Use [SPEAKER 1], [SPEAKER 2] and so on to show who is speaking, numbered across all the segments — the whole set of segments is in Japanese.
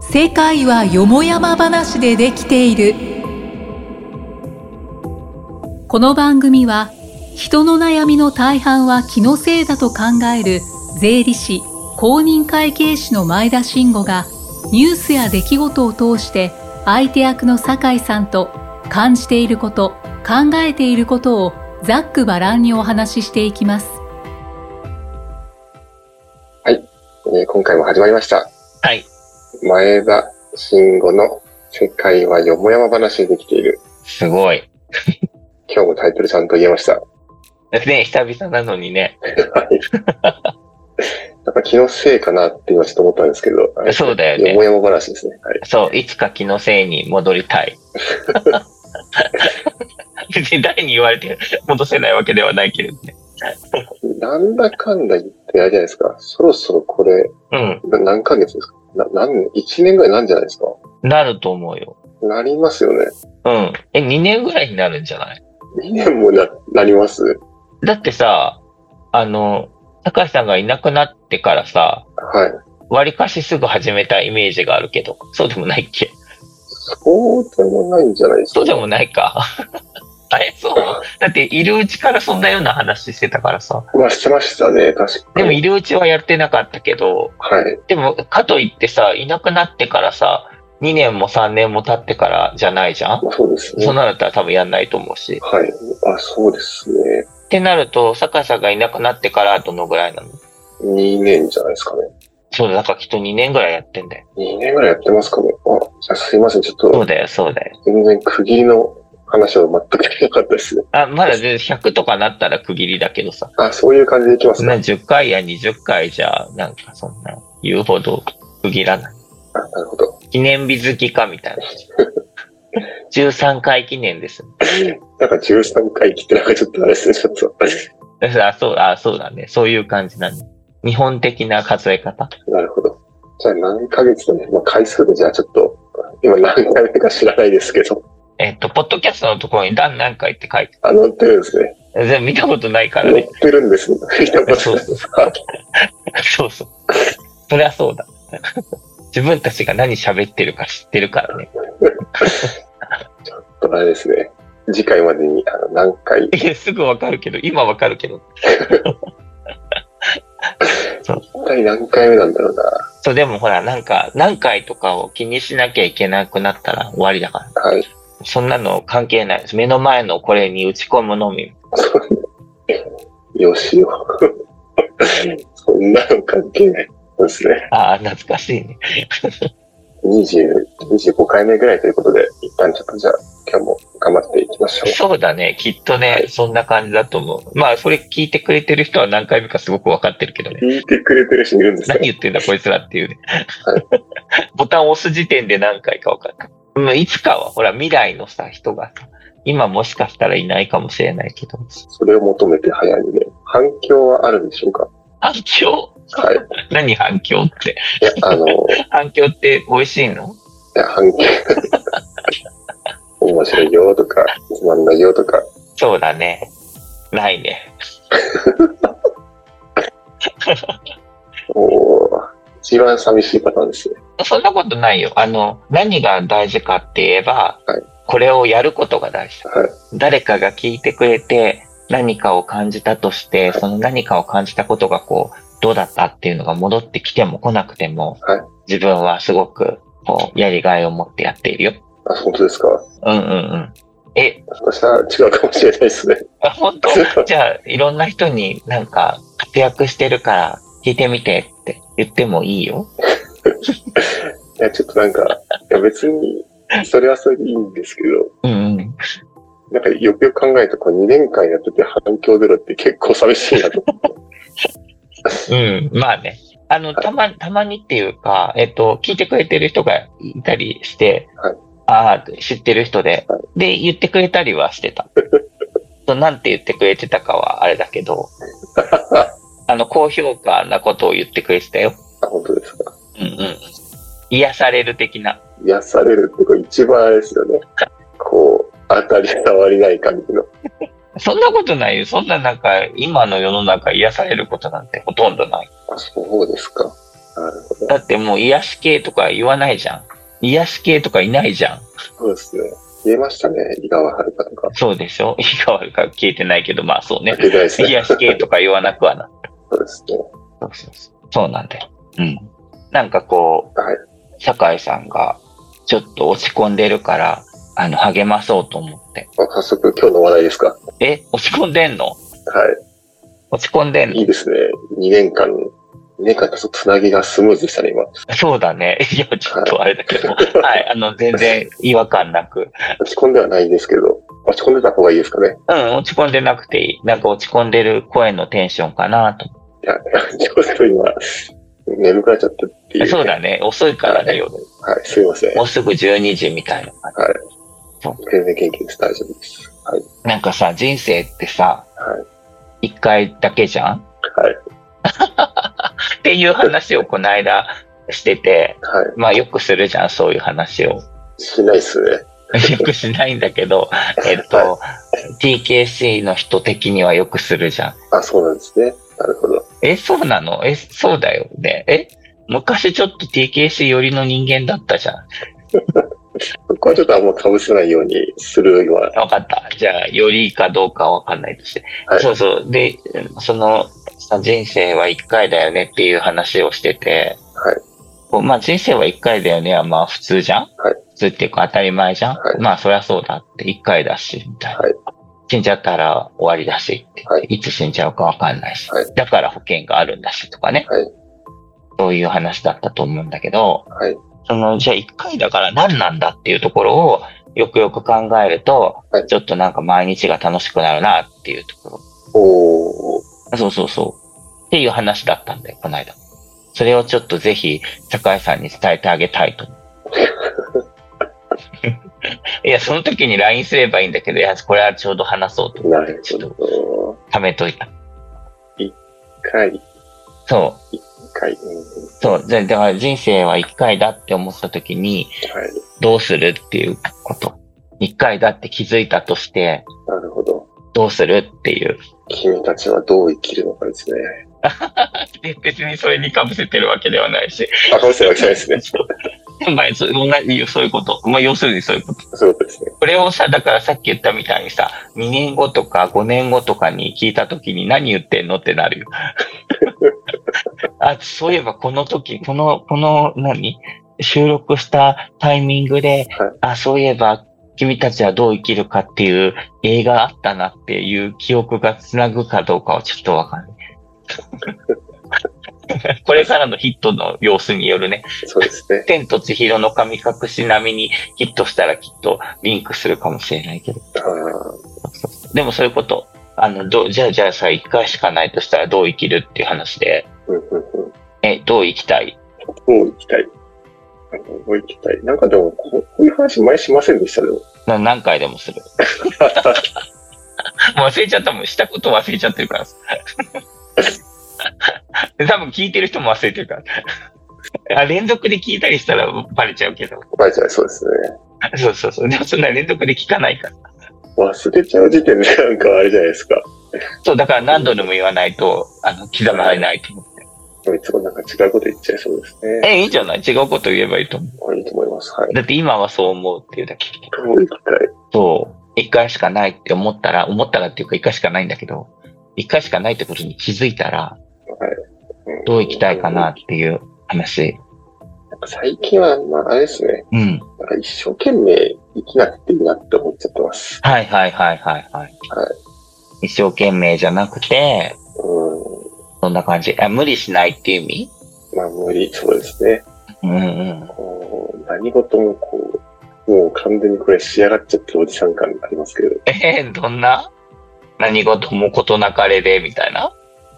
[SPEAKER 1] 世界はよもやま話でできているこの番組は人の悩みの大半は気のせいだと考える税理士公認会計士の前田慎吾がニュースや出来事を通して相手役の酒井さんと感じていること考えていることをざっくばらんにお話ししていきます
[SPEAKER 2] はい、えー今回も始まりました。
[SPEAKER 3] はい。
[SPEAKER 2] 前田慎吾の世界はよもやま話でできている。
[SPEAKER 3] すごい。
[SPEAKER 2] 今日もタイトルちゃんと言えました。
[SPEAKER 3] ね、久々なのにね。
[SPEAKER 2] なんか気のせいかなって今ちょっと思ったんですけど。はい
[SPEAKER 3] そうだよ
[SPEAKER 2] よ
[SPEAKER 3] ね
[SPEAKER 2] も。やま話ですね。はい。
[SPEAKER 3] そう、いつか気のせいに戻りたい。別に誰に言われて戻せないわけではないけれどね。
[SPEAKER 2] なんだかんだ言ってあれじゃないですか。そろそろこれ、
[SPEAKER 3] うん。
[SPEAKER 2] な何ヶ月ですかな何、1年ぐらいなんじゃないですか
[SPEAKER 3] なると思うよ。
[SPEAKER 2] なりますよね。
[SPEAKER 3] うん。え、2年ぐらいになるんじゃない
[SPEAKER 2] 2年もな、なります
[SPEAKER 3] だってさ、あの、高橋さんがいなくなってからさ、
[SPEAKER 2] はい。
[SPEAKER 3] 割かしすぐ始めたイメージがあるけど、そうでもないっけ
[SPEAKER 2] そうでもないんじゃないですか
[SPEAKER 3] そうでもない か。あれそうだって、いるうちからそんなような話してたからさ。
[SPEAKER 2] まあ、してましたね。確か
[SPEAKER 3] で
[SPEAKER 2] に。
[SPEAKER 3] も、いるうちはやってなかったけど、
[SPEAKER 2] はい。
[SPEAKER 3] でも、かといってさ、いなくなってからさ、2年も3年も経ってからじゃないじゃん
[SPEAKER 2] まあ、そうですね
[SPEAKER 3] そん。なのだったら多分やんないと思うし。
[SPEAKER 2] はい。あ、そうですね。
[SPEAKER 3] ってなると、坂さんがいなくなってからどのぐらいなの
[SPEAKER 2] 2年じゃないですかね。
[SPEAKER 3] そうだ、なんかきっと2年ぐらいやってんだよ。
[SPEAKER 2] 2年ぐらいやってますかね。あ、じゃあすいません。ちょっ
[SPEAKER 3] そ
[SPEAKER 2] と
[SPEAKER 3] う、だよ、そうだよ。
[SPEAKER 2] 全然区切りの話は全くできなかったですね。
[SPEAKER 3] あ、まだ全然100とかなったら区切りだけどさ。
[SPEAKER 2] あ、そういう感じでいきま
[SPEAKER 3] そ
[SPEAKER 2] す
[SPEAKER 3] んな
[SPEAKER 2] ね。
[SPEAKER 3] 10回や20回じゃ、なんかそんな、言うほど区切らない。
[SPEAKER 2] あ、なるほど。
[SPEAKER 3] 記念日好きかみたいな。13回記念です。
[SPEAKER 2] なんか13回切ってなんかちょっとあれですね。 ちょっと。
[SPEAKER 3] あ、そう、あ、そうだね。そういう感じなの。日本的な数え方
[SPEAKER 2] なるほど。じゃあ何ヶ月だね。まあ回数でじゃあちょっと、今何回目か知らないですけど、
[SPEAKER 3] えっと、ポッドキャストのところに段何回って書いて
[SPEAKER 2] あ、乗ってるんですね。
[SPEAKER 3] ある。全然見たことないか
[SPEAKER 2] 乗
[SPEAKER 3] ら
[SPEAKER 2] っ
[SPEAKER 3] ね。
[SPEAKER 2] てるんですね。見たこと
[SPEAKER 3] そう
[SPEAKER 2] ない
[SPEAKER 3] そう。そうそう。そりゃそうだ。 自分たちが何喋ってるか知ってるからね。
[SPEAKER 2] あれですね。次回までにあの何回、
[SPEAKER 3] いやすぐわかるけど、今わかるけど。
[SPEAKER 2] 一体何回目なんだろうな。
[SPEAKER 3] そう、でもほら、なんか、何回とかを気にしなきゃいけなくなったら終わりだから。
[SPEAKER 2] はい。
[SPEAKER 3] そんなの関係ないです。目の前のこれに打ち込むのみ。
[SPEAKER 2] よしよ。そんなの関係ない。そうですね。
[SPEAKER 3] ああ、懐かしいね。
[SPEAKER 2] 20、25回目ぐらいということで、一旦ちょっとじゃあ、今日も頑張っていきましょう。
[SPEAKER 3] そうだね。きっとね、そんな感じだと思う。まあ、それ聞いてくれてる人は何回目かすごくわかってるけどね。
[SPEAKER 2] 聞いてくれてる人いるんですか
[SPEAKER 3] 何言ってんだこいつらっていうね
[SPEAKER 2] は。
[SPEAKER 3] ボタンを押す時点で何回か分かる。うんいつかは、ほら、未来のさ、人がさ、今もしかしたらいないかもしれないけど、
[SPEAKER 2] それを求めて早いね。反響はあるんでしょうか
[SPEAKER 3] 反響
[SPEAKER 2] はい。い
[SPEAKER 3] 何反響って。
[SPEAKER 2] や、あの、い
[SPEAKER 3] 反響って美味しいの
[SPEAKER 2] や反響。面白いよとか、つまんないよとか、
[SPEAKER 3] そうだね。ないね。
[SPEAKER 2] おー一番寂しいパターンですね。
[SPEAKER 3] そんなことないよ。あの、何が大事かって言えば、
[SPEAKER 2] はい
[SPEAKER 3] これをやることが大事だ。
[SPEAKER 2] はい。
[SPEAKER 3] 誰かが聞いてくれて何かを感じたとして、その何かを感じたことがこう、どうだったっていうのが戻ってきても来なくても、
[SPEAKER 2] はい
[SPEAKER 3] 自分はすごくこう、やりがいを持ってやっているよ。
[SPEAKER 2] あ、本当ですか
[SPEAKER 3] うんうんうん。え、
[SPEAKER 2] 私は違うかもしれないですね。
[SPEAKER 3] あ本 当じゃあ、いろんな人になんか活躍してるから聞いてみてって言ってもいいよ。
[SPEAKER 2] いや、ちょっとなんか、いや別に、それはそれでいいんですけど、
[SPEAKER 3] うんうん。
[SPEAKER 2] なんかよくよく考えると、こう2年間やってて反響ゼロって結構寂しいなと。
[SPEAKER 3] うん、まあね。あの、たま、たまにっていうか、えっと、聞いてくれてる人がいたりして、
[SPEAKER 2] はい
[SPEAKER 3] ああ、知ってる人で、
[SPEAKER 2] は
[SPEAKER 3] で、言ってくれたりはしてた。 そうなんて言ってくれてたかはあれだ けど、あの、高評価なことを言ってくれてたよ。
[SPEAKER 2] あ、本当ですか。
[SPEAKER 3] うんうん。癒される的な。
[SPEAKER 2] 癒されるってこれ一番あれですよね。こう、当たり障りない感じの。
[SPEAKER 3] そんなことないよ。そんななんか、今の世の中癒されることなんてほとんどない。
[SPEAKER 2] あ、そうですか。なるほど。
[SPEAKER 3] だってもう癒し系とか言わないじゃん。癒し系とかいないじゃん。
[SPEAKER 2] そうですね。消えましたね、井川遥とか。
[SPEAKER 3] そうでしょ いいか悪いか聞いてないけど、まあそうね。
[SPEAKER 2] 消えてないですね。
[SPEAKER 3] 癒し系とか言わなくはな。
[SPEAKER 2] そうですね。
[SPEAKER 3] そうそうそう。そうなんだよ。うん。なんかこう、
[SPEAKER 2] はい
[SPEAKER 3] 酒井さんがちょっと落ち込んでるから、あの、励まそうと思って。
[SPEAKER 2] まあ、早速今日の話題ですか。
[SPEAKER 3] え、落ち込んでんの
[SPEAKER 2] は
[SPEAKER 3] 落ち込んでん
[SPEAKER 2] い。い
[SPEAKER 3] の
[SPEAKER 2] いですね。2年間、2年間ちょっとつなぎがスムーズでしたね、今。
[SPEAKER 3] そうだね。 いや、ちょっとあれだけど。はい。あの、全然違和感なく。
[SPEAKER 2] 落ち込んではないんですけど、落ち込んでた方がいいですかね。
[SPEAKER 3] うん、落ち込んでなくていい。なんか落ち込んでる声のテンションかなと。
[SPEAKER 2] いや、 ちょっと今、眠くなっちゃったっていう。
[SPEAKER 3] そうだね。遅いから
[SPEAKER 2] は
[SPEAKER 3] ね、
[SPEAKER 2] い
[SPEAKER 3] 夜。
[SPEAKER 2] はい、すいません
[SPEAKER 3] も。うすぐ12時みたいな感
[SPEAKER 2] 全然元気です。大丈夫です。はい。
[SPEAKER 3] じ。なんかさ、人生ってさ、
[SPEAKER 2] は
[SPEAKER 3] 一回だけじゃん
[SPEAKER 2] はい。
[SPEAKER 3] っていう話をこの間してて、
[SPEAKER 2] はい。
[SPEAKER 3] まあよくするじゃん、そういう話を。
[SPEAKER 2] しないっすね。
[SPEAKER 3] よくしないんだけど、えっと、TKC の人的にはよくするじゃん。
[SPEAKER 2] あ、そうなんですね。なるほど。
[SPEAKER 3] え、そうなのえ、そうだよね。え昔ちょっと TKC 寄りの人間だったじゃん。
[SPEAKER 2] ここはちょっとあんま被せないようにするような。
[SPEAKER 3] わかった。じゃあ、よりかどうかわかんないとして。
[SPEAKER 2] はい
[SPEAKER 3] そうそう。で、その、さ人生は一回だよねっていう話をしてて、
[SPEAKER 2] はい
[SPEAKER 3] こうまあ人生は一回だよねはまあ普通じゃん、
[SPEAKER 2] はい
[SPEAKER 3] 普通っていうか当たり前じゃん、
[SPEAKER 2] はい
[SPEAKER 3] まあそりゃそうだって一回だし、みたいな。
[SPEAKER 2] はい
[SPEAKER 3] 死んじゃったら終わりだしって、
[SPEAKER 2] はい
[SPEAKER 3] い、つ死んじゃうかわかんないし、
[SPEAKER 2] はい
[SPEAKER 3] だから保険があるんだしとかね、
[SPEAKER 2] はい
[SPEAKER 3] そういう話だったと思うんだけど、
[SPEAKER 2] はい。
[SPEAKER 3] その、じゃあ一回だから何なんだっていうところを、よくよく考えると、
[SPEAKER 2] はい
[SPEAKER 3] ちょっとなんか毎日が楽しくなるなっていうとこ
[SPEAKER 2] おー。
[SPEAKER 3] ろ。そうそうそう。っていう話だったんだよ、この間。それをちょっとぜひ、坂井さんに伝えてあげたいと。 いや、その時に LINE すればいいんだけど、いや、これはちょうど話そうと。
[SPEAKER 2] なる
[SPEAKER 3] ちょっと、
[SPEAKER 2] ほど。
[SPEAKER 3] ためといた。
[SPEAKER 2] 一回、一
[SPEAKER 3] そ
[SPEAKER 2] 回、うん
[SPEAKER 3] う、そう。でだから人生は一回だって思った時に、
[SPEAKER 2] はい。
[SPEAKER 3] どうするっていうこと。一回だって気づいたとして、
[SPEAKER 2] なるほど。
[SPEAKER 3] どうするっていう。
[SPEAKER 2] 君たちはどう生きるのかですね。
[SPEAKER 3] で別にそれにかぶせてるわけではないし。
[SPEAKER 2] あ、被せるわけじゃないですね。
[SPEAKER 3] まあ、そ同じそういうこと。まあ、要するにそういうこと。
[SPEAKER 2] そういうことですね。
[SPEAKER 3] これをさ、だからさっき言ったみたいにさ、2年後とか5年後とかに聞いた時に何言ってんのってなるよ。 あ、そういえばこの時、この、この何、収録したタイミングで、
[SPEAKER 2] はい
[SPEAKER 3] あ、そういえば、君たちはどう生きるかっていう映画あったなっていう記憶がつなぐかどうかはちょっとわか んない。これからのヒットの様子によるね。
[SPEAKER 2] そうですね。
[SPEAKER 3] 天と千尋の神隠し並みにヒットしたらきっとリンクするかもしれないけど。
[SPEAKER 2] あー
[SPEAKER 3] でもそういうこと。あの、どう、じゃあじゃあさ、一回しかないとしたらどう生きるっていう話で、
[SPEAKER 2] うんうんうん。
[SPEAKER 3] え、どう生きたい
[SPEAKER 2] もう行きたい。もう行きたい。なんかでも、こうこういう話前しませんでしたね。
[SPEAKER 3] な何回でもする。 もう忘れちゃったもん。したこと忘れちゃってるから さ。多分聞いてる人も忘れてるから。あ連続で聞いたりしたらバレちゃうけど。
[SPEAKER 2] バレちゃいそうですね。
[SPEAKER 3] そうそうそう。でもそんな連続で聞かないから。
[SPEAKER 2] 忘れちゃう時点でなんかあれじゃないですか。
[SPEAKER 3] そう、だから何度でも言わないと、あの、刻まれないと思う
[SPEAKER 2] いつもなんか違うこと言っちゃいそうですね。
[SPEAKER 3] え、いいんじゃない違うこと言えばいいと思。。
[SPEAKER 2] これいいと思います。はいう
[SPEAKER 3] だって今はそう思うっていうだけ。
[SPEAKER 2] もう行きたい。
[SPEAKER 3] そう。一回しかないって思ったら、思ったらっていうか一回しかないんだけど、一回しかないってことに気づいたら、
[SPEAKER 2] ん
[SPEAKER 3] どう生きたいかな。っていう話。
[SPEAKER 2] なんか最近は、まあ、あれですね。
[SPEAKER 3] うん。
[SPEAKER 2] なんか一生懸命生きなくていいなって思っちゃってます。
[SPEAKER 3] はいはいはいはいはい。
[SPEAKER 2] は
[SPEAKER 3] 一生懸命じゃなくて、
[SPEAKER 2] う
[SPEAKER 3] そんな感じ。あ無理しないっていう意
[SPEAKER 2] ん。
[SPEAKER 3] 味
[SPEAKER 2] まあ、無理。そうですね。
[SPEAKER 3] うんうん。
[SPEAKER 2] こう、何事もこう、もう完全にこれ仕上がっちゃってるおじさん感ありますけど。
[SPEAKER 3] えーどんな何事も事なかれで、みたいな。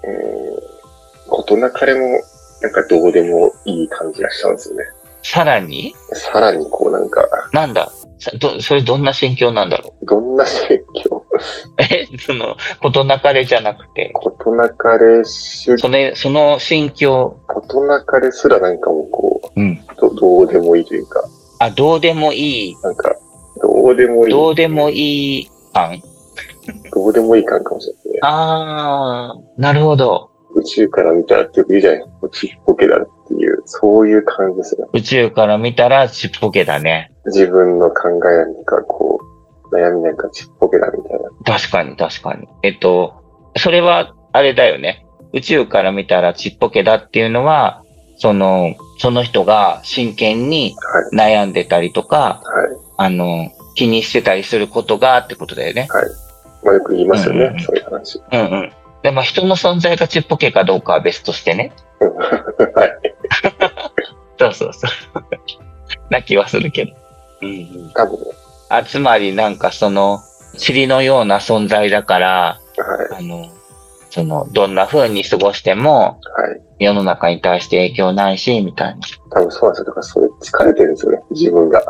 [SPEAKER 2] うん事なかれも、なんかどうでもいい感じがしたんですよね。
[SPEAKER 3] さらに
[SPEAKER 2] さらにこうなんか、
[SPEAKER 3] なんださど、それどんな心境なんだろう
[SPEAKER 2] どんな心境、
[SPEAKER 3] え、 その、事なかれじゃなくて、
[SPEAKER 2] 事なかれ主
[SPEAKER 3] それ、その心境、
[SPEAKER 2] 事なかれすらなんかもうこ
[SPEAKER 3] うん。
[SPEAKER 2] う、どどうでもいいというか、
[SPEAKER 3] あ、どうでもいい、
[SPEAKER 2] なんか、どうでもいい。
[SPEAKER 3] どうでも
[SPEAKER 2] い
[SPEAKER 3] いい感。
[SPEAKER 2] い。どうでもいい感かもしれないね。
[SPEAKER 3] あー、なるほど。
[SPEAKER 2] 宇宙から見たらってよく言うじゃないですか。ちっぽけだっっていう、そういう感じですね。
[SPEAKER 3] 宇宙から見たらちっぽけだね。
[SPEAKER 2] 自分の考えなんかこう、悩みなんかちっぽけだみたいな。
[SPEAKER 3] 確かに確かに。えっと、それは、あれだよね。宇宙から見たらちっぽけだっていうのは、その、その人が真剣に
[SPEAKER 2] はい。
[SPEAKER 3] 悩んでたりとか、
[SPEAKER 2] はい。
[SPEAKER 3] あの、気にしてたりすることがってことだよね。
[SPEAKER 2] まあよく言いますよね、
[SPEAKER 3] うんうん
[SPEAKER 2] そういう話。
[SPEAKER 3] うんうん。で、まあ人の存在がちっぽけかどうかは別としてね。
[SPEAKER 2] うんはい。
[SPEAKER 3] そうそうそう。 な気はするけど。うんうん。
[SPEAKER 2] 多分ね。
[SPEAKER 3] あ、つまりなんかその、塵のような存在だから、
[SPEAKER 2] はい。
[SPEAKER 3] あの、その、どんな風に過ごしても、
[SPEAKER 2] はい。
[SPEAKER 3] 世の中に対して影響ないし、みたいな。
[SPEAKER 2] 多分そうなんですよ。だからそれ疲れてるんですよね、自分が。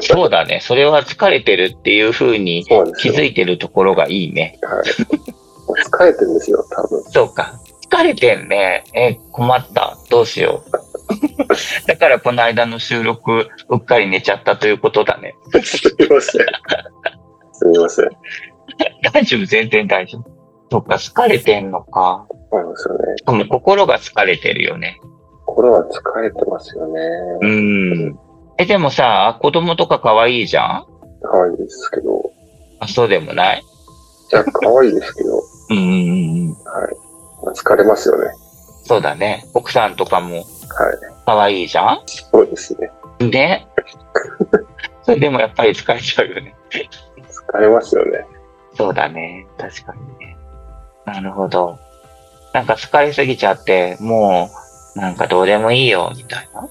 [SPEAKER 3] そうだね。それは疲れてるっていう風に
[SPEAKER 2] そうなんです
[SPEAKER 3] 気
[SPEAKER 2] よ。
[SPEAKER 3] づいてるところがいいね。
[SPEAKER 2] はい。もう疲れてるんですよ、多分。
[SPEAKER 3] そうか。疲れてんね。え、困った。どうしよう。 だからこの間の収録、うっかり寝ちゃったということだね。
[SPEAKER 2] すみません。すみません。
[SPEAKER 3] 大丈夫、全然大丈夫。そっか、疲れてんのか。
[SPEAKER 2] そうなんですよね。
[SPEAKER 3] でも心が疲れてるよね。
[SPEAKER 2] 心は疲れてますよね。
[SPEAKER 3] うん。え、でもさ、子供とか可愛いじゃん
[SPEAKER 2] 可愛いですけど。
[SPEAKER 3] あ、そうでもない
[SPEAKER 2] いや、可愛いですけど、は
[SPEAKER 3] うんうんうん。
[SPEAKER 2] い。まあ疲れますよね。
[SPEAKER 3] そうだね。奥さんとかも
[SPEAKER 2] はい。
[SPEAKER 3] 可愛いじゃ
[SPEAKER 2] そうですね。
[SPEAKER 3] んね。それでもやっぱり疲れちゃうよね。
[SPEAKER 2] 疲れますよね。
[SPEAKER 3] そうだね。確かにね。なるほど。なんか疲れすぎちゃって、もう、なんかどうでもいいよ、みたいな。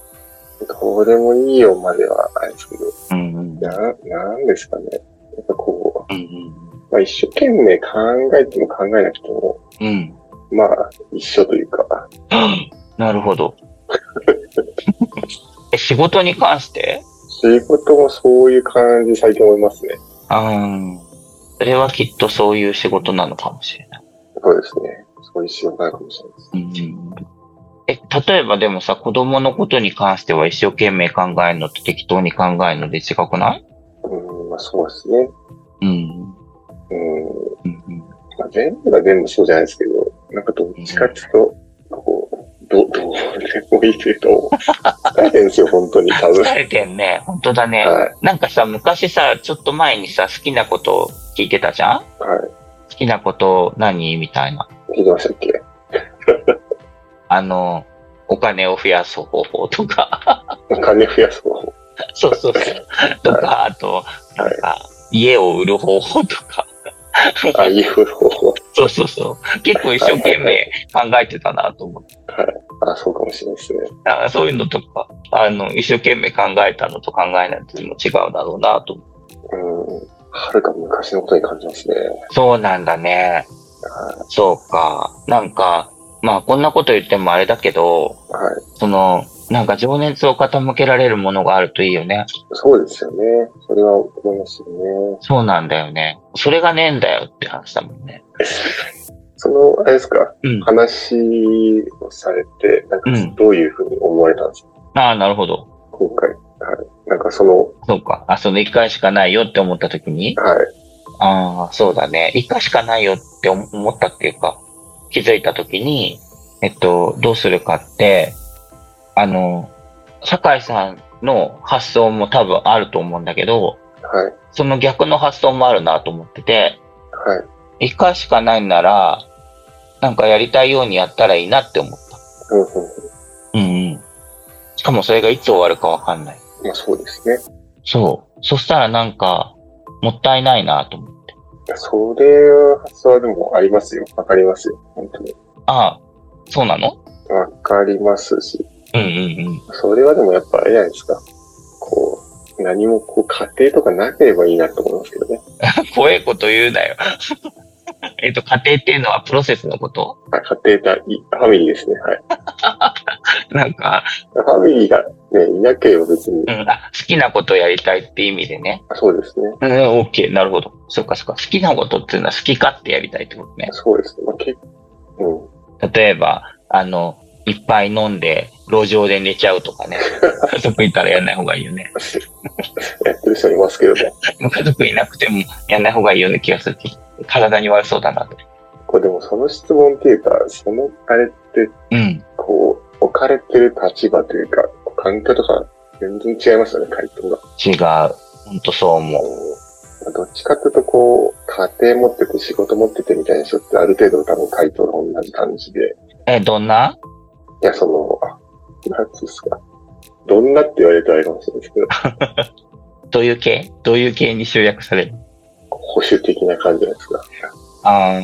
[SPEAKER 2] どうでもいいよまではあれですけど、
[SPEAKER 3] うんうん。
[SPEAKER 2] な、なんですかね。やっぱこ
[SPEAKER 3] うんうん
[SPEAKER 2] う、まあ一生懸命考えても考えなくても、
[SPEAKER 3] うん。うん。
[SPEAKER 2] まあ一緒というか、
[SPEAKER 3] なるほど。 え、仕事に関して
[SPEAKER 2] 仕事もそういう感じ最近思いますね。
[SPEAKER 3] うん。それはきっとそういう仕事なのかもしれない。
[SPEAKER 2] そうですね。そういう仕事なのかもしれないです。
[SPEAKER 3] うん。え、例えばでもさ、子供のことに関しては一生懸命考えるのと適当に考えるので違くない
[SPEAKER 2] うん、まあそうですね。
[SPEAKER 3] うん。
[SPEAKER 2] うん、
[SPEAKER 3] うんうん
[SPEAKER 2] まあ全部が全部そうじゃないですけど、なんかどっちかっていうと、こう、ど、どうでもいいという と、大変ですよ、本当に、多分。は
[SPEAKER 3] 疲れてんね。本当だね。
[SPEAKER 2] い。
[SPEAKER 3] なんかさ、昔さ、ちょっと前にさ、好きなことを聞いてたじゃん
[SPEAKER 2] は
[SPEAKER 3] 好きなこと何みたいな。
[SPEAKER 2] い。聞いてましたっけ
[SPEAKER 3] あの、お金を増やす方法とか。
[SPEAKER 2] お金増やす方法。
[SPEAKER 3] そうそうそう。とか、あと、なんか、家を売る方法とか。
[SPEAKER 2] あ、いう方法。
[SPEAKER 3] そうそうそう。結構一生懸命考えてたなと思って。
[SPEAKER 2] あ、そうかもしれないですね。
[SPEAKER 3] あそういうのとか、あの、一生懸命考えたのと考えないとも違うだろうなと思って。
[SPEAKER 2] うん。はるか昔のことに感じますね。
[SPEAKER 3] そうなんだね。
[SPEAKER 2] は
[SPEAKER 3] そうか。なんか、まあこんなこと言ってもあれだけど、
[SPEAKER 2] い。はい。
[SPEAKER 3] その、なんか情熱を傾けられるものがあるといいよね。
[SPEAKER 2] そうですよね。それは思いますよね。
[SPEAKER 3] そうなんだよね。それがねえんだよって話だもんね。
[SPEAKER 2] その、あれですか、
[SPEAKER 3] うん。
[SPEAKER 2] 話をされて、なんか
[SPEAKER 3] うん
[SPEAKER 2] どういうふうに思われたんですか、
[SPEAKER 3] ああ、なるほど。
[SPEAKER 2] 今回。はい。なんかその、
[SPEAKER 3] そうか。あ、その一回しかないよって思った時に、
[SPEAKER 2] はい。
[SPEAKER 3] ああ、そうだね。一回しかないよって思思ったっていうか、気づいた時に、えっと、どうするかって、あの、酒井さんの発想も多分あると思うんだけど、
[SPEAKER 2] はい。
[SPEAKER 3] その逆の発想もあるなと思ってて、
[SPEAKER 2] はい。
[SPEAKER 3] 一回しかないなら、なんかやりたいようにやったらいいなって思った。
[SPEAKER 2] うんうん。
[SPEAKER 3] うんうん。しかもそれがいつ終わるかわかんない。
[SPEAKER 2] まあそうですね。
[SPEAKER 3] そう。そしたらなんか、もったいないなと思って。
[SPEAKER 2] それは、発想はでもありますよ。わかりますよ。本当に。
[SPEAKER 3] ああ、そうなの
[SPEAKER 2] わかりますし。
[SPEAKER 3] うんうんうん。
[SPEAKER 2] それはでもやっぱあれじゃないですか。こう、何もこう、家庭とかなければいいなと思いますけどね。
[SPEAKER 3] 怖いこと言うなよ。 えっと、家庭っていうのはプロセスのこと
[SPEAKER 2] あ家庭といファミリーですね。はい。
[SPEAKER 3] なんか、
[SPEAKER 2] ファミリーがね、いなければ別に
[SPEAKER 3] う、ん、あ、好きなことやりたいって意味でね。
[SPEAKER 2] そうですね。
[SPEAKER 3] うん、OK、なるほど。そっかそっか。好きなことっていうのは好き勝手やりたいってことね。
[SPEAKER 2] そうですね。まあ、けうん。
[SPEAKER 3] 例えば、あの、いっぱい飲んで、路上で寝ちゃうとか ね。家族いたらやんない方がいいよね。
[SPEAKER 2] やってる人いますけどね。
[SPEAKER 3] 家族いなくてもやんない方がいいような気がするけど体に悪そうだなと。
[SPEAKER 2] こう、でもその質問っていうか、そのあれって、
[SPEAKER 3] うん。
[SPEAKER 2] こう、おかれてる立場というか、環境とか全然違いますよね、回答が。
[SPEAKER 3] 違う。ほんとそう思う。
[SPEAKER 2] まあどっちかっていうと、こう、家庭持ってて仕事持っててみたいな人ってある程度多分回答が同じ感じで。
[SPEAKER 3] え、どんない
[SPEAKER 2] や、その、あなんつうんですか。どんなって言われたらあれかもしれないですけど、
[SPEAKER 3] どういう系どういう系に集約される
[SPEAKER 2] 保守的な感じじゃないですか。
[SPEAKER 3] あ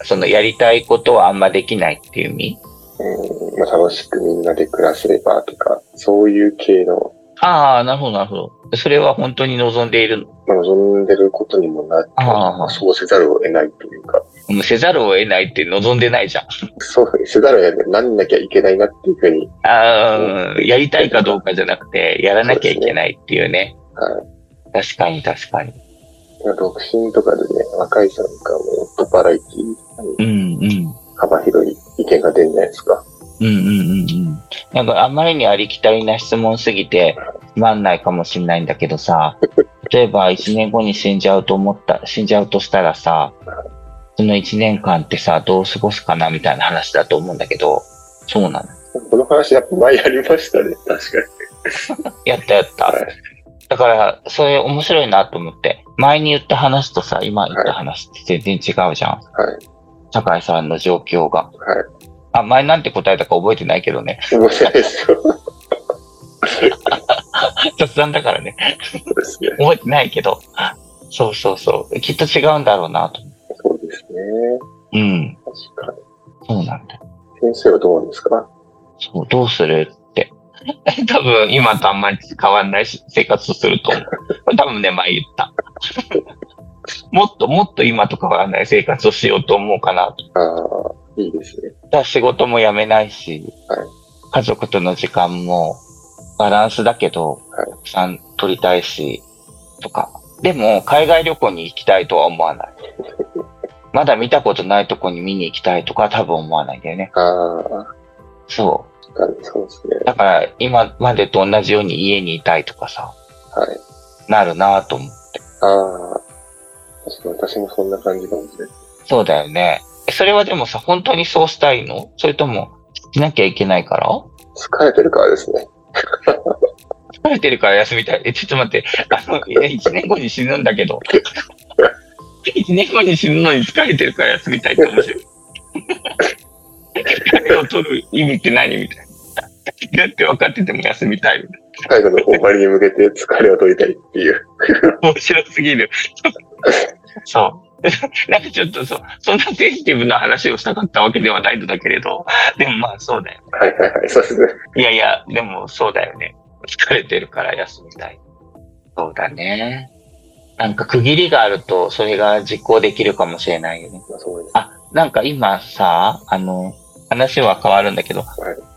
[SPEAKER 3] あ、そのやりたいことはあんまできないっていう意味
[SPEAKER 2] うん、まあ楽しくみんなで暮らせればとか、そういう系の、
[SPEAKER 3] ああ、なるほど、なるほど。それは本当に望んでいるの。
[SPEAKER 2] まあ、望んでることにもなって、
[SPEAKER 3] ああ
[SPEAKER 2] そうせざるを得ないというか、
[SPEAKER 3] もうせざるを得ないって望んでないじゃん。
[SPEAKER 2] そうせざるを得ない、なんなきゃいけないなっていうふうに、
[SPEAKER 3] ああ、やりたいかどうかじゃなくて、やらなきゃいけないっていうね。
[SPEAKER 2] は
[SPEAKER 3] 確かに、確かに。
[SPEAKER 2] まあ独身とかでね、若い人なんかもうドバラエティ
[SPEAKER 3] うん、うん。
[SPEAKER 2] 幅広い意見が出るんじゃないですか。
[SPEAKER 3] うんうんうんうん。なんかあまりにありきたりな質問すぎてつまんないかもしれないんだけどさ、 例えば1年後に死んじゃうと思った、死んじゃうとしたらさ、その1年間ってさ、どう過ごすかなみたいな話だと思うんだけど、そうなの。
[SPEAKER 2] この話やっぱ前やりましたね、確かに。
[SPEAKER 3] やったやった
[SPEAKER 2] はい。
[SPEAKER 3] だから、それ面白いなと思って、前に言った話とさ、今言った話って全然違うじゃ
[SPEAKER 2] は
[SPEAKER 3] ん。
[SPEAKER 2] い。
[SPEAKER 3] 酒井さんの状況が。
[SPEAKER 2] はい。
[SPEAKER 3] あ、前なんて答えたか覚えてないけどね。
[SPEAKER 2] すごいですよ。
[SPEAKER 3] 雑談だからね。
[SPEAKER 2] そうですね。
[SPEAKER 3] 覚えてないけど、そうそうそう、きっと違うんだろうなと。
[SPEAKER 2] そうですね。
[SPEAKER 3] うん、
[SPEAKER 2] 確かに。
[SPEAKER 3] そうなんだ。
[SPEAKER 2] 先生はどうなんですか
[SPEAKER 3] そう、どうするって。 多分、今とあんまり変わんないし生活をすると思う。これ多分ね、前言った。 もっともっと今と変わらない生活をしようと思うかなと。
[SPEAKER 2] ああ、いいですね。
[SPEAKER 3] だから仕事も辞めないし、
[SPEAKER 2] はい
[SPEAKER 3] 家族との時間もバランスだけど、
[SPEAKER 2] はい
[SPEAKER 3] たくさん取りたいし、とか。でも、海外旅行に行きたいとは思わない。 まだ見たことないとこに見に行きたいとかは多分思わないんだよね。
[SPEAKER 2] ああ、
[SPEAKER 3] そ
[SPEAKER 2] 確かにそうですね
[SPEAKER 3] う。。だから、今までと同じように家にいたいとかさ、
[SPEAKER 2] はい。
[SPEAKER 3] なるなぁと思う。
[SPEAKER 2] ああ、確かに私もそんな感じかもしれない。
[SPEAKER 3] そうだよね。それはでもさ、本当にそうしたいのそれとも、しなきゃいけないから
[SPEAKER 2] 疲れてるからですね。
[SPEAKER 3] 疲れてるから休みたい。え、ちょっと待って。あの、いや、1年後に死ぬんだけど。1年後に死ぬのに疲れてるから休みたいって面白い。疲れを取る意味って何みたいな。だって分かってても休みたいみたい
[SPEAKER 2] 最後の終わりに向けて疲れを取りたいっていう。
[SPEAKER 3] な。面白すぎる。そう。なんかちょっとそう、そんなセンシティブな話をしたかったわけではないのだけれど、でもまあそうだよ。
[SPEAKER 2] はいはいはい、そうですね。
[SPEAKER 3] いやいや、でもそうだよね。疲れてるから休みたい。そうだね。なんか区切りがあると、それが実行できるかもしれないよね。
[SPEAKER 2] まあ、そうです。
[SPEAKER 3] あ、なんか今さ、あの、話は変わるんだけど、
[SPEAKER 2] はい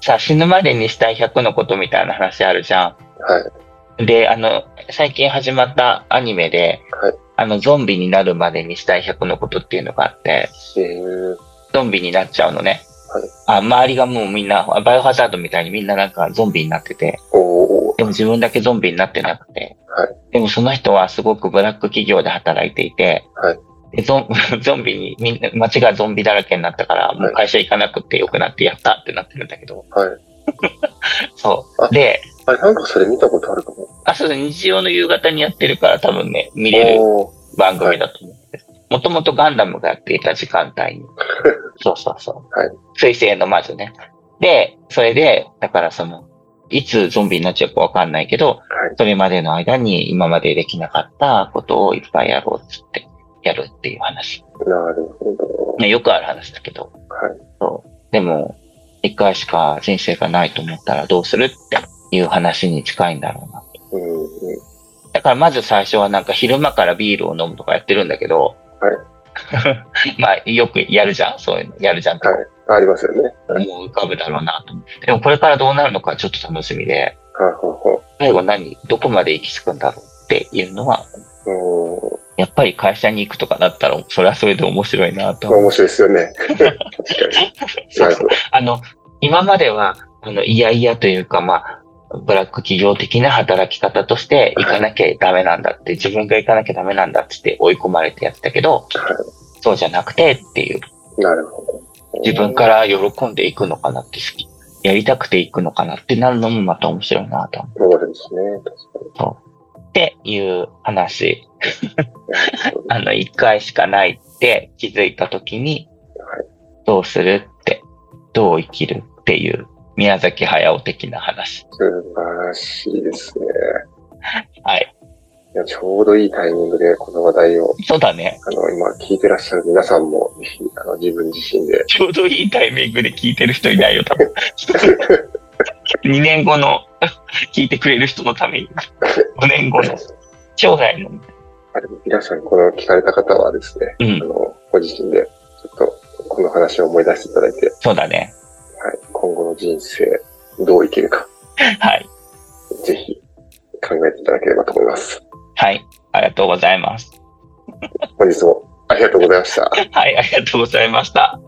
[SPEAKER 3] さ、死ぬまでにしたい100のことみたいな話あるじゃ
[SPEAKER 2] はい。
[SPEAKER 3] ん。で、あの、最近始まったアニメで、
[SPEAKER 2] はい
[SPEAKER 3] あの、ゾンビになるまでにしたい100のことっていうのがあって、
[SPEAKER 2] えー、
[SPEAKER 3] ゾンビになっちゃうのね。
[SPEAKER 2] はい
[SPEAKER 3] あ周りがもうみんな、バイオハザードみたいにみんななんかゾンビになってて、
[SPEAKER 2] おー、
[SPEAKER 3] でも自分だけゾンビになってなくて、
[SPEAKER 2] はい
[SPEAKER 3] でもその人はすごくブラック企業で働いていて、
[SPEAKER 2] はい
[SPEAKER 3] でゾン ゾンビにみんな、街がゾンビだらけになったから、もう会社行かなくてよくなってやったってなってるんだけど、
[SPEAKER 2] はい。
[SPEAKER 3] そ
[SPEAKER 2] あ
[SPEAKER 3] う。で、
[SPEAKER 2] あ、なんかそれ見たことあるかも。
[SPEAKER 3] あ、そうだ日曜の夕方にやってるから多分ね、見れる
[SPEAKER 2] おー、
[SPEAKER 3] 番組だと思うんです。もともとガンダムがやっていた時間 帯に。そうそうそう。
[SPEAKER 2] はい
[SPEAKER 3] 水星の魔女ね。で、それで、だからその、いつゾンビになっちゃうかわかんないけど、
[SPEAKER 2] はい。
[SPEAKER 3] それまでの間に今までできなかったことをいっぱいやろうっつって、やるっていう話。
[SPEAKER 2] なるほど。
[SPEAKER 3] ね、よくある話だけど。
[SPEAKER 2] はい。
[SPEAKER 3] でも、一回しか人生がないと思ったらどうするっていう話に近いんだろうな。
[SPEAKER 2] うん、うん。
[SPEAKER 3] だからまず最初はなんか昼間からビールを飲むとかやってるんだけど、 まあよくやるじゃんそういうの。やるじゃんって
[SPEAKER 2] はいありますよね。はい。
[SPEAKER 3] 思う浮かぶだろうなと思って。でもこれからどうなるのかちょっと楽しみで、
[SPEAKER 2] ははは
[SPEAKER 3] 最後何、どこまで行き着くんだろうっていうのは
[SPEAKER 2] お
[SPEAKER 3] やっぱり会社に行くとかだったら、それはそれで面白いな
[SPEAKER 2] ー、
[SPEAKER 3] と。
[SPEAKER 2] 面白いですよ ね。確かに。
[SPEAKER 3] そ
[SPEAKER 2] な
[SPEAKER 3] う
[SPEAKER 2] る
[SPEAKER 3] そ
[SPEAKER 2] ほ
[SPEAKER 3] う
[SPEAKER 2] ど。
[SPEAKER 3] あの、今までは、あの、いやいやというか、まあ、ブラック企業的な働き方として行かなきゃダメなんだって、自分が行かなきゃダメなんだってって追い込まれてやってたけど、
[SPEAKER 2] は
[SPEAKER 3] そうじゃなくてっていう、
[SPEAKER 2] なるほど。
[SPEAKER 3] 自分から喜んでいくのかなって好き。やりたくて行くのかなってなるのもまた面白いなと思
[SPEAKER 2] そうですね。確
[SPEAKER 3] う。っていう話。
[SPEAKER 2] かに。
[SPEAKER 3] あの、一回しかないって気づいた時に
[SPEAKER 2] は、
[SPEAKER 3] どうするって、どう生きるっていう、宮崎駿的な話。
[SPEAKER 2] 素晴らしいですね。
[SPEAKER 3] はい。
[SPEAKER 2] いやちょうどいいタイミングでこの話題を、
[SPEAKER 3] そうだね。
[SPEAKER 2] あの、今聞いてらっしゃる皆さんも、ぜひ、あの、自分自身で、
[SPEAKER 3] ちょうどいいタイミングで聞いてる人いないよ、多分。2年後の、聞いてくれる人のために、5年後の、将来の、
[SPEAKER 2] あでも皆さん、この聞かれた方はですね、
[SPEAKER 3] う
[SPEAKER 2] あ
[SPEAKER 3] ん、
[SPEAKER 2] の、ご自身で、ちょっと、この話を思い出していただいて、
[SPEAKER 3] そうだね。
[SPEAKER 2] はい、今後の人生、どう生きるか、
[SPEAKER 3] はい。
[SPEAKER 2] ぜひ、考えていただければと思います。
[SPEAKER 3] はい。ありがとうございます。
[SPEAKER 2] 本日もありがとうございました。
[SPEAKER 3] はい、ありがとうございました。